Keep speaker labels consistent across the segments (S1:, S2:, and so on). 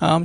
S1: I'm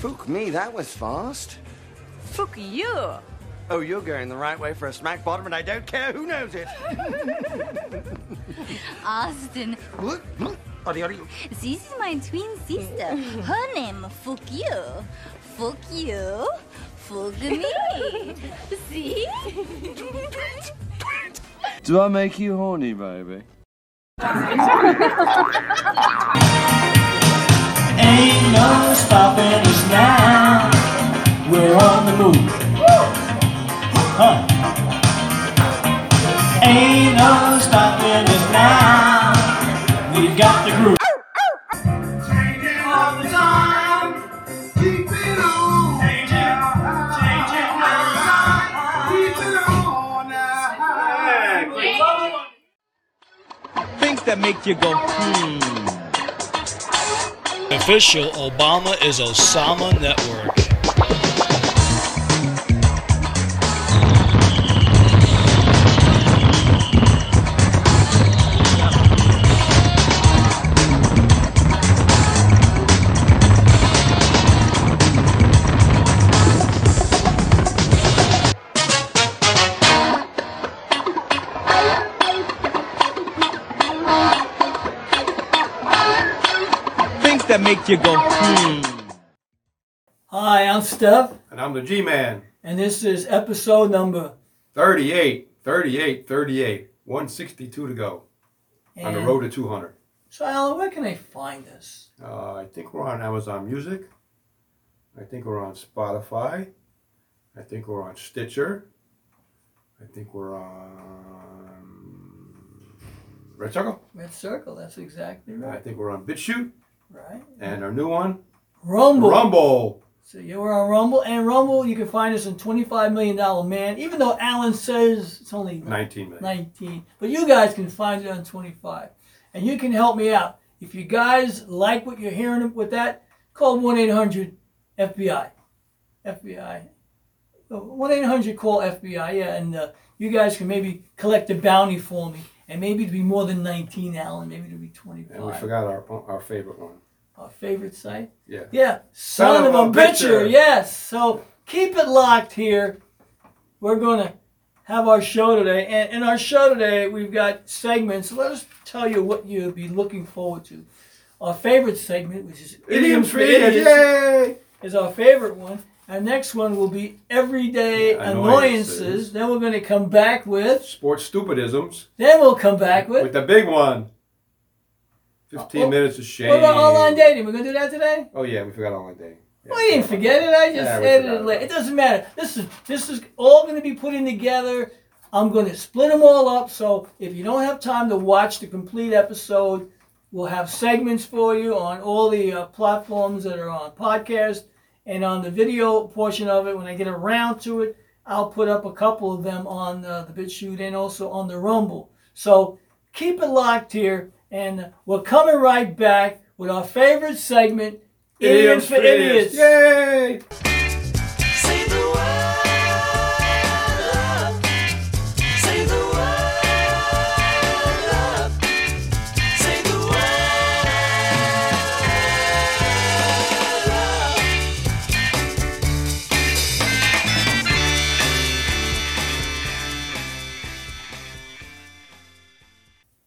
S2: Fook me, that was fast.
S3: Fuck you.
S2: Oh, you're going the right way for a smack bottom, and I don't care who knows it.
S3: Austin,
S2: Look, look, oddy, oddy.
S3: this is my twin sister. Her name, fuck you. Fuck you. Fuck me. See?
S4: Do I make you horny, baby?
S5: Ain't no stopping us now. We're on the move. Huh. Ain't no stopping us now. We've got the groove. Changing all the time. Keep it on. Changing, changing all the time. Keep it on now.
S1: Things that make you go,
S6: Official Obama is Osama Network.
S1: things that make you go,
S5: Hi, I'm Steph,
S7: And I'm the G Man.
S5: and this is episode number
S7: 38, 38, 38. 162 to go on the
S5: and-
S7: road to 200.
S5: So, Alan, where can they find us?
S7: Uh, I think we're on Amazon Music. I think we're on Spotify. I think we're on Stitcher. I think we're on Red Circle.
S5: Red Circle, that's exactly
S7: I
S5: right.
S7: think we're on BitChute.
S5: Right?
S7: And our new one,
S5: Rumble.
S7: Rumble.
S5: So you were on Rumble, and Rumble, you can find us in $25 million man, even though Alan says it's only
S7: 19 minutes.
S5: 19. But you guys can find it on 25. And you can help me out. If you guys like what you're hearing with that, call 1 800 FBI. FBI. 1 800 call FBI, yeah. And uh, you guys can maybe collect a bounty for me. And maybe it'll be more than 19, Alan. Maybe it'll be 25.
S7: And we forgot our our favorite one.
S5: Our favorite site?
S7: Yeah.
S5: Yeah, son, of, a bitcher. Yes. So keep it locked here. We're gonna have our show today, and in our show today, we've got segments. Let us tell you what you'll be looking forward to. Our favorite segment, which is
S7: Idioms for idiots. Yay!
S5: is our favorite one. Our next one will be everyday
S7: Yeah,
S5: annoyances.
S7: annoyances.
S5: Then we're gonna come back with.
S7: Sports stupidisms
S5: Then we'll come back with.
S7: with the big one. 15
S5: Oh,
S7: minutes of shame.
S5: what about online dating? We're gonna do that today.
S7: Oh, yeah, we forgot online dating. Yeah,
S5: Well, you didn't forget it. I just
S7: Yeah, we
S5: added
S7: forgot
S5: it later.
S7: about
S5: It
S7: it.
S5: doesn't matter. This is this is all going to be put in together. I'm going to split them all up. So if you don't have time to watch the complete episode, we'll have segments for you on all the uh, platforms that are on podcast and on the video portion of it. When I get around to it, I'll put up a couple of them on uh, the BitChute and also on the Rumble. So keep it locked here, and we're coming right back with our favorite segment. Idiots for idiots.
S7: Yay!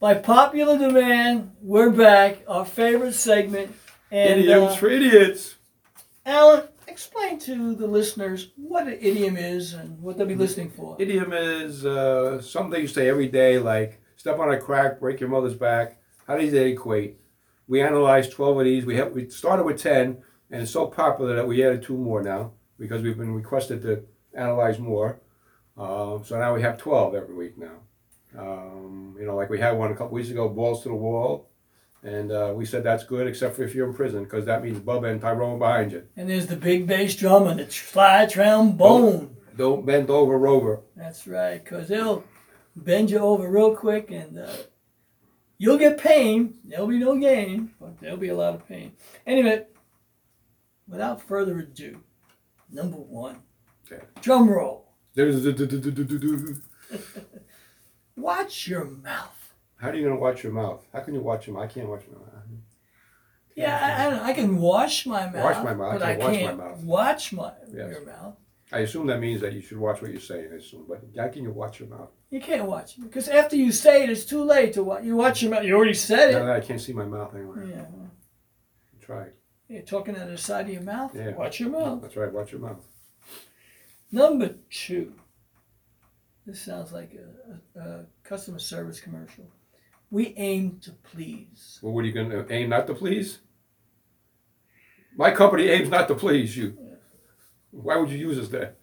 S5: By popular demand, we're back. Our favorite segment. And
S7: Idioms
S5: uh,
S7: for idiots.
S5: Alan, explain to the listeners what an idiom is and what
S7: Mm-hmm.
S5: they'll be listening for.
S7: Idiom is uh, something you say every day, like step on a crack, break your mother's back. How does that equate? We analyzed 12 of these. We have, we started with 10, and it's so popular that we added two more now because we've been requested to analyze more. Um, so now we have 12 every week now. Um, you know, like we had one a couple weeks ago, balls to the wall. And uh, we said that's good, except for if you're in prison, because that means Bubba and Tyrone behind you.
S5: And there's the big bass drum and the tr- slide trombone.
S7: Don't bend over, Rover.
S5: That's right, because they'll bend you over real quick and uh, you'll get pain. There'll be no gain, but there'll be a lot of pain. Anyway, without further ado, number one
S7: Okay.
S5: drum roll.
S7: How
S5: Watch your mouth.
S7: are you gonna watch your mouth? How can you watch your mouth? I can't watch my mouth.
S5: Yeah, I, I don't know. I can wash my mouth.
S7: Wash my mouth.
S5: But
S7: I
S5: I
S7: can't wash my
S5: can't
S7: mouth.
S5: watch my
S7: Yes.
S5: your mouth.
S7: I assume that means that you should watch what you're saying. I assume, but how can you watch your mouth?
S5: You can't watch it because after you say it, it's too late to watch. You watch your mouth. You already said
S7: Now
S5: it.
S7: that I can't see my mouth anywhere.
S5: Yeah.
S7: Try.
S5: You're talking out of the side of your mouth.
S7: Yeah.
S5: Watch your mouth.
S7: That's right. Watch your mouth.
S5: Number two. This sounds like a, a, a customer service commercial. We aim to please.
S7: Well, what are you gonna aim not to please? My company aims not to please you. Why would you use us there?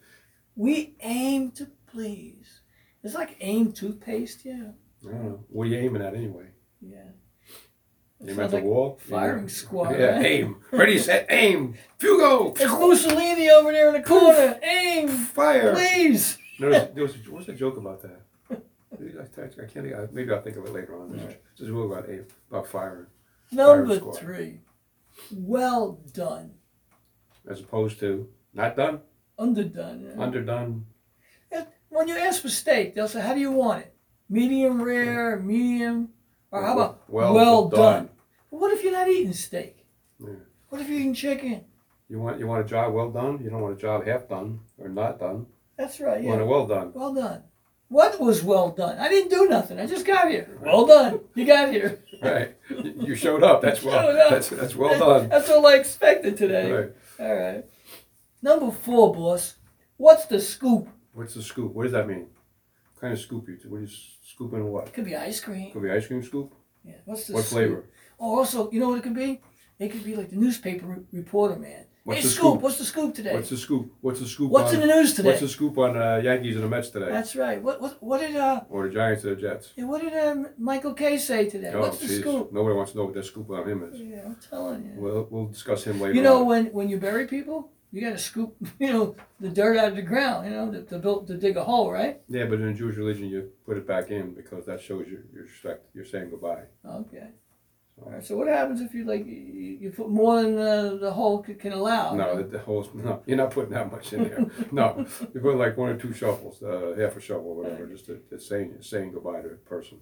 S5: We aim to please. It's like aim toothpaste. Yeah.
S7: I don't know. What are you aiming at anyway?
S5: Yeah. It
S7: Aim at
S5: sounds
S7: the
S5: like
S7: wall.
S5: Firing squad.
S7: Yeah.
S5: right?
S7: Aim. Ready, set, aim. Fugo.
S5: It's Mussolini over there in the corner. Aim,
S7: Fire.
S5: please.
S7: No, there's, there was, what's the joke about that? I, I can't think. Maybe I'll think of it later on. There's, there's a joke about aim, about firing,
S5: Number
S7: squad.
S5: three. Well done.
S7: as opposed to not done,
S5: Underdone. yeah.
S7: underdone.
S5: If- When you ask for steak, they'll say, "How do you want it? Medium rare, medium, or how about well, done. But What if you're not eating steak?
S7: Yeah.
S5: What if you're eating chicken?
S7: You want you want a job well done. You don't want a job half done or not done.
S5: That's right.
S7: You want
S5: Yeah.
S7: it well done.
S5: Well done. What was well done? I didn't do nothing. I just got here. Well done. You got here.
S7: Right. You you showed up. That's well.
S5: Showed up.
S7: That's that's well done.
S5: That's all I expected today.
S7: Right.
S5: All right. Number four, boss. What's the scoop?
S7: What's the scoop? What does that mean? What kind of scoop you? What is scooping? What?
S5: Could be ice cream.
S7: Could be ice cream scoop.
S5: Yeah. What's the
S7: What
S5: scoop?
S7: flavor?
S5: Or also, you know what it could be? It could be like the newspaper re- reporter man.
S7: What's
S5: hey,
S7: the
S5: scoop?
S7: scoop?
S5: What's the scoop today?
S7: What's the scoop? What's the scoop?
S5: What's
S7: on-
S5: in the news today?
S7: What's the scoop on uh, Yankees and the Mets today?
S5: That's right. What what what did uh
S7: or the Giants or the Jets.
S5: yeah, what did um, Michael Kay say today? What's the
S7: Oh, jeez.
S5: scoop?
S7: Nobody wants to know what that scoop on him is.
S5: Yeah, I'm telling you.
S7: We'll, we'll discuss him later.
S5: you know
S7: on.
S5: when when you bury people, you got to scoop you know the dirt out of the ground. You know to, to build to dig a hole, right?
S7: Yeah, but in Jewish religion, you put it back in because that shows your, your respect. You're saying goodbye.
S5: Okay. All right. So what happens if you like you, you put more than uh, the hole c- can allow?
S7: No, the, the whole no, you're not putting that much in there. no, you put like one or two shovels, uh, half a shovel, or whatever, just to, to saying saying goodbye to a person.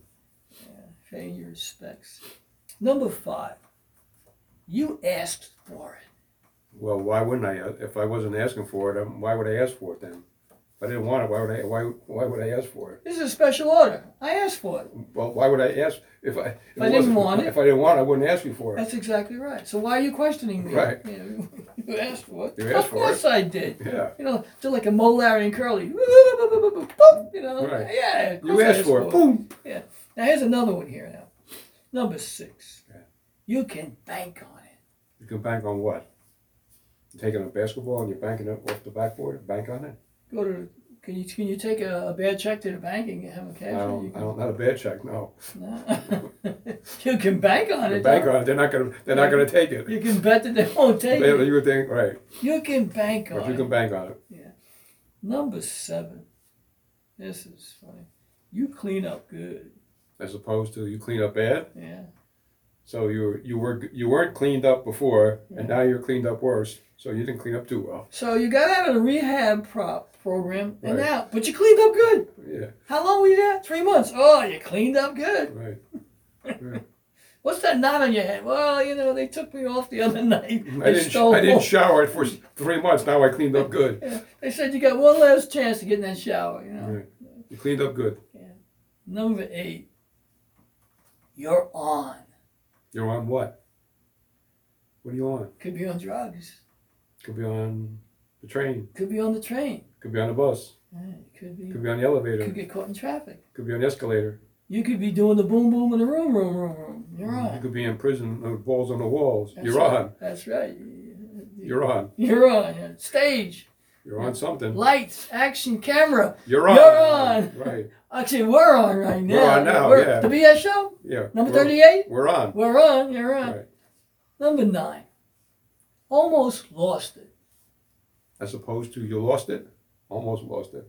S5: Paying your respects. Number five. You asked for it.
S7: Well, why wouldn't I? uh, If I wasn't asking for it, um, why would I ask for it then? If I didn't want it. Why would I? Why why would I ask for it?
S5: This is a special order. I asked for it.
S7: Well, why would I ask if I if,
S5: I didn't
S7: wasn't-
S5: want it.
S7: If I didn't want, it, I wouldn't ask you for it.
S5: That's exactly right. So why are you questioning me?
S7: Right.
S5: You, know, you asked for it.
S7: You asked
S5: of
S7: for
S5: course I did.
S7: yeah.
S5: You know, they're like a Mo Larry and Curly. Boop, You know,
S7: Right.
S5: yeah. of
S7: You
S5: course I
S7: asked for it. Boom.
S5: Yeah. Now here's another one here now. Number six.
S7: Okay.
S5: You can bank on it.
S7: You can bank on what? You're taking a basketball and you're banking it off the backboard. Bank on it.
S5: Go to can you can you take a, a bad check to the bank and have a cash?
S7: I don't. I don't. Not a bad check. No.
S5: you can bank on
S7: The
S5: it.
S7: bank
S5: though.
S7: on it. They're not gonna. They're not gonna take it.
S5: You can bet that they won't take
S7: They-
S5: it.
S7: You would think, right?
S5: You can bank
S7: But
S5: on
S7: you
S5: it.
S7: can bank on it.
S5: Number seven. This is funny. You clean up good.
S7: As opposed to you clean up bad.
S5: Yeah.
S7: So you were- you were you weren't cleaned up before, and now you're cleaned up worse. So you didn't clean up too well.
S5: So you got out of the rehab prop program and
S7: Right.
S5: now but you cleaned up good.
S7: Yeah.
S5: How long were you there? Three months. Oh, you cleaned up good.
S7: Right.
S5: What's that knot on your head? Well, you know, they took me off the other night.
S7: I
S5: They
S7: didn't. sh-
S5: stole.
S7: I didn't shower for s- three months. Now I cleaned up good.
S5: they said you got one last chance to get in that shower. You know.
S7: Right. You cleaned up good.
S5: Number eight. You're on.
S7: You're on what? What are you on?
S5: Could be on drugs.
S7: Could be on the train.
S5: Could be on the train.
S7: Could be on the bus.
S5: Yeah, Could be.
S7: Could be on the elevator.
S5: Could get caught in traffic.
S7: Could be on the escalator.
S5: You could be doing the boom boom in the room room room room. You're
S7: You
S5: on.
S7: could be in prison with balls on the walls.
S5: That's
S7: Mm-hmm. You're
S5: right.
S7: on.
S5: That's right.
S7: You're on.
S5: You're on. yeah. Stage.
S7: You're on something.
S5: Lights, action, camera.
S7: You're on.
S5: You're on.
S7: Right.
S5: Actually, we're on right now.
S7: We're on now, yeah.
S5: The BS show?
S7: Yeah.
S5: Number
S7: We're-
S5: 38?
S7: We're on.
S5: We're on, you're on.
S7: Right.
S5: Number nine. Almost lost it.
S7: As opposed to you lost it, almost lost it.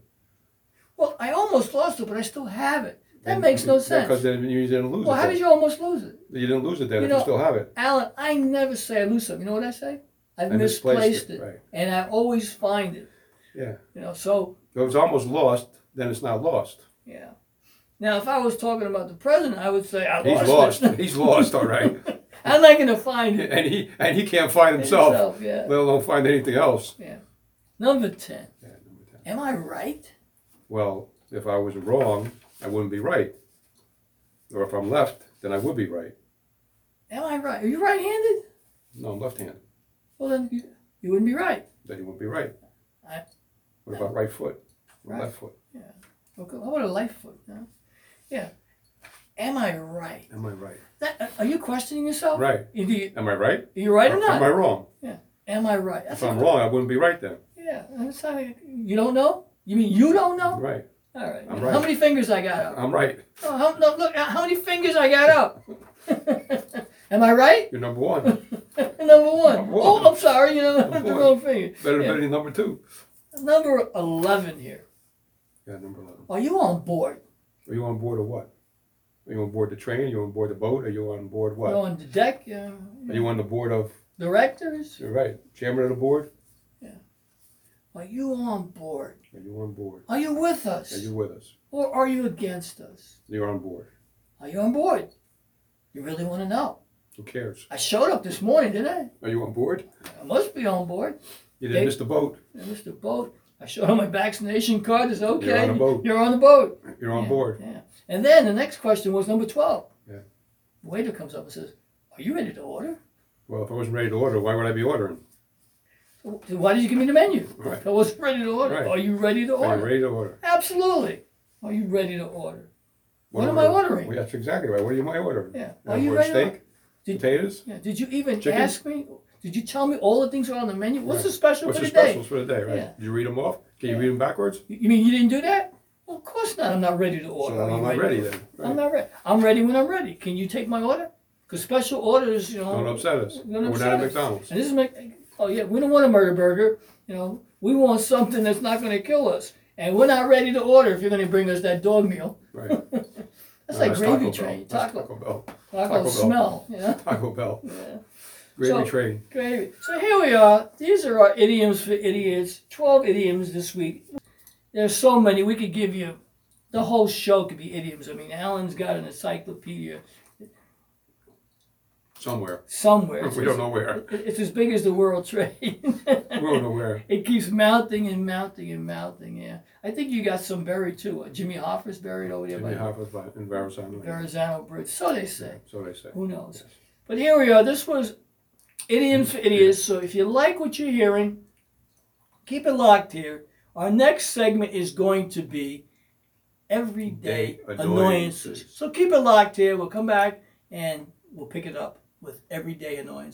S5: Well, I almost lost it, but I still have it. That makes no sense.
S7: Because then you didn't lose
S5: well,
S7: it.
S5: how
S7: then.
S5: did you almost lose it?
S7: You didn't lose it then
S5: You
S7: if
S5: know,
S7: you still have it.
S5: Alan, I never say I lose something. You know what I say? I've
S7: I misplaced
S5: misplaced,
S7: it,
S5: it.
S7: right.
S5: And I always find it.
S7: Yeah.
S5: You know, so
S7: If it's almost lost, then it's not lost.
S5: yeah. Now if I was talking about the president, I would say I
S7: He's
S5: lost,
S7: lost.
S5: it.
S7: He's lost, all right.
S5: I'm not gonna find it.
S7: And he and he can't find himself,
S5: Himself, yeah.
S7: let alone find anything else.
S5: Number ten.
S7: Yeah, number 10.
S5: Am I right?
S7: Well, if I was wrong, I wouldn't be right. Or if I'm left, then I would be right.
S5: Am I right? Are you right handed?
S7: No, I'm left-handed.
S5: Well then you, you wouldn't be right.
S7: Then you won't be right.
S5: I-
S7: What about right foot? Or
S5: Right.
S7: Left foot?
S5: Okay. How about a life foot? Huh? Yeah. Am I right?
S7: Am I right?
S5: That, uh, are you questioning yourself?
S7: Right.
S5: You- Do you,
S7: Am I right?
S5: are you right or
S7: Or
S5: not?
S7: Am I wrong?
S5: Am I right? That's
S7: If I'm
S5: a-
S7: wrong, I wouldn't be right then.
S5: Yeah, that's how you, you don't know. You mean you don't know?
S7: Right.
S5: All right.
S7: I'm right.
S5: How many fingers I got up?
S7: I'm right.
S5: Oh, how, no, look, uh, how many fingers I got up? Am I right?
S7: You're number one.
S5: Number one.
S7: Number one.
S5: Oh, I'm sorry. You know, the
S7: one.
S5: wrong finger.
S7: Better,
S5: Yeah.
S7: better than number two.
S5: Number eleven here.
S7: Yeah, number eleven.
S5: Are you on board?
S7: Are you on board of what? Are you on board the train? Are you on board the boat? Are you on board
S5: You
S7: what?
S5: on the deck? Uh,
S7: Are you on the board of,
S5: directors?
S7: you're right, chairman of the board?
S5: Are you on board?
S7: Are you on board?
S5: Are you with us?
S7: Are you with us?
S5: or are you against us?
S7: You're on board.
S5: Are you on board? You really want to know?
S7: Who cares?
S5: I showed up this morning, didn't I?
S7: Are you on board?
S5: I must be on board.
S7: You didn't
S5: They-
S7: miss the boat.
S5: I missed a boat. I showed him my vaccination card. It's okay.
S7: on the boat.
S5: You're on the boat.
S7: You're on
S5: Yeah,
S7: board.
S5: Yeah. And then the next question was number 12.
S7: Yeah.
S5: Waiter comes up and says, Are you ready to order?
S7: Well, if I wasn't ready to order, why would I be ordering?
S5: So Why did you give me the menu?
S7: Right.
S5: I wasn't ready to order.
S7: Right.
S5: Are you ready to
S7: Are
S5: order?
S7: you ready to order?
S5: Absolutely. Are you ready to order? What am I ordering?
S7: Well, that's exactly right. What am I ordering?
S5: Yeah.
S7: Am I
S5: Are you
S7: ordering
S5: ready to-
S7: Steak,
S5: Did-
S7: potatoes.
S5: Yeah. Did you even
S7: Chicken?
S5: ask me? Did you tell me all the things that are on the menu? What's the special
S7: What's
S5: for
S7: the
S5: today?
S7: specials for the day,
S5: Yeah.
S7: right? Did you read them off? Can you read them backwards?
S5: You you mean you didn't do that? Well, of course not. I'm not ready to order.
S7: So then
S5: Are
S7: I'm
S5: you
S7: not ready then.
S5: I'm
S7: right?
S5: not ready. I'm ready when I'm ready. Can you take my order? Because special orders, you know.
S7: Don't upset us.
S5: don't
S7: We're
S5: upset
S7: not at
S5: us.
S7: McDonald's.
S5: And this is make, oh yeah, we don't want a murder burger. You know, we want something that's not going to kill us. And we're not ready to order if you're going to bring us that dog meal.
S7: Right.
S5: That's
S7: No,
S5: like gravy
S7: Taco
S5: train.
S7: Bell. That's
S5: Taco,
S7: Taco Bell.
S5: taco,
S7: Taco Bell.
S5: smell. You know,
S7: Taco Bell. Gravy
S5: So-
S7: train.
S5: gravy. So here we are. These are our idioms for idiots. Twelve idioms this week. There's so many. We could give you the whole show could be idioms. I mean, Alan's got an encyclopedia
S7: Somewhere.
S5: somewhere.
S7: We don't know where.
S5: It- It's as big as the World Trade.
S7: We don't know where.
S5: it keeps mounting and mounting and mounting. Yeah, I think you got some buried too. Uh, Jimmy Hoffa's buried over there
S7: Jimmy
S5: by
S7: Hoffa's by- uh, in Verrazano.
S5: the Verrazano Bridge. So they say.
S7: So they say.
S5: Who knows? But here we are. This was idioms for idiots. So if you like what you're hearing, keep it locked here. Our next segment is going to be everyday
S7: Day
S5: annoyances.
S7: annoyances.
S5: So keep it locked here. We'll come back and we'll pick it up with everyday annoyances.